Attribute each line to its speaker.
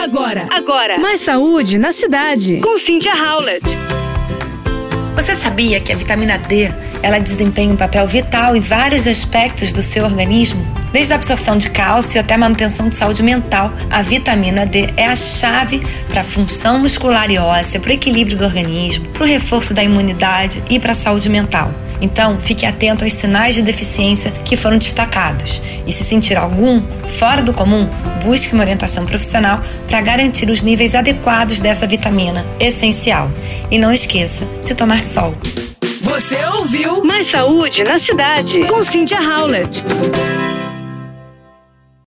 Speaker 1: Agora.
Speaker 2: Agora.
Speaker 1: Mais saúde na cidade.
Speaker 2: Com Cynthia Howlett.
Speaker 3: Você sabia que a vitamina D ela desempenha um papel vital em vários aspectos do seu organismo? Desde a absorção de cálcio até a manutenção de saúde mental, a vitamina D é a chave para a função muscular e óssea, para o equilíbrio do organismo, para o reforço da imunidade e para a saúde mental. Então, fique atento aos sinais de deficiência que foram destacados. E se sentir algum fora do comum, busque uma orientação profissional para garantir os níveis adequados dessa vitamina essencial. E não esqueça de tomar sol.
Speaker 1: Você ouviu
Speaker 2: Mais saúde na cidade.
Speaker 1: com Cynthia Howlett.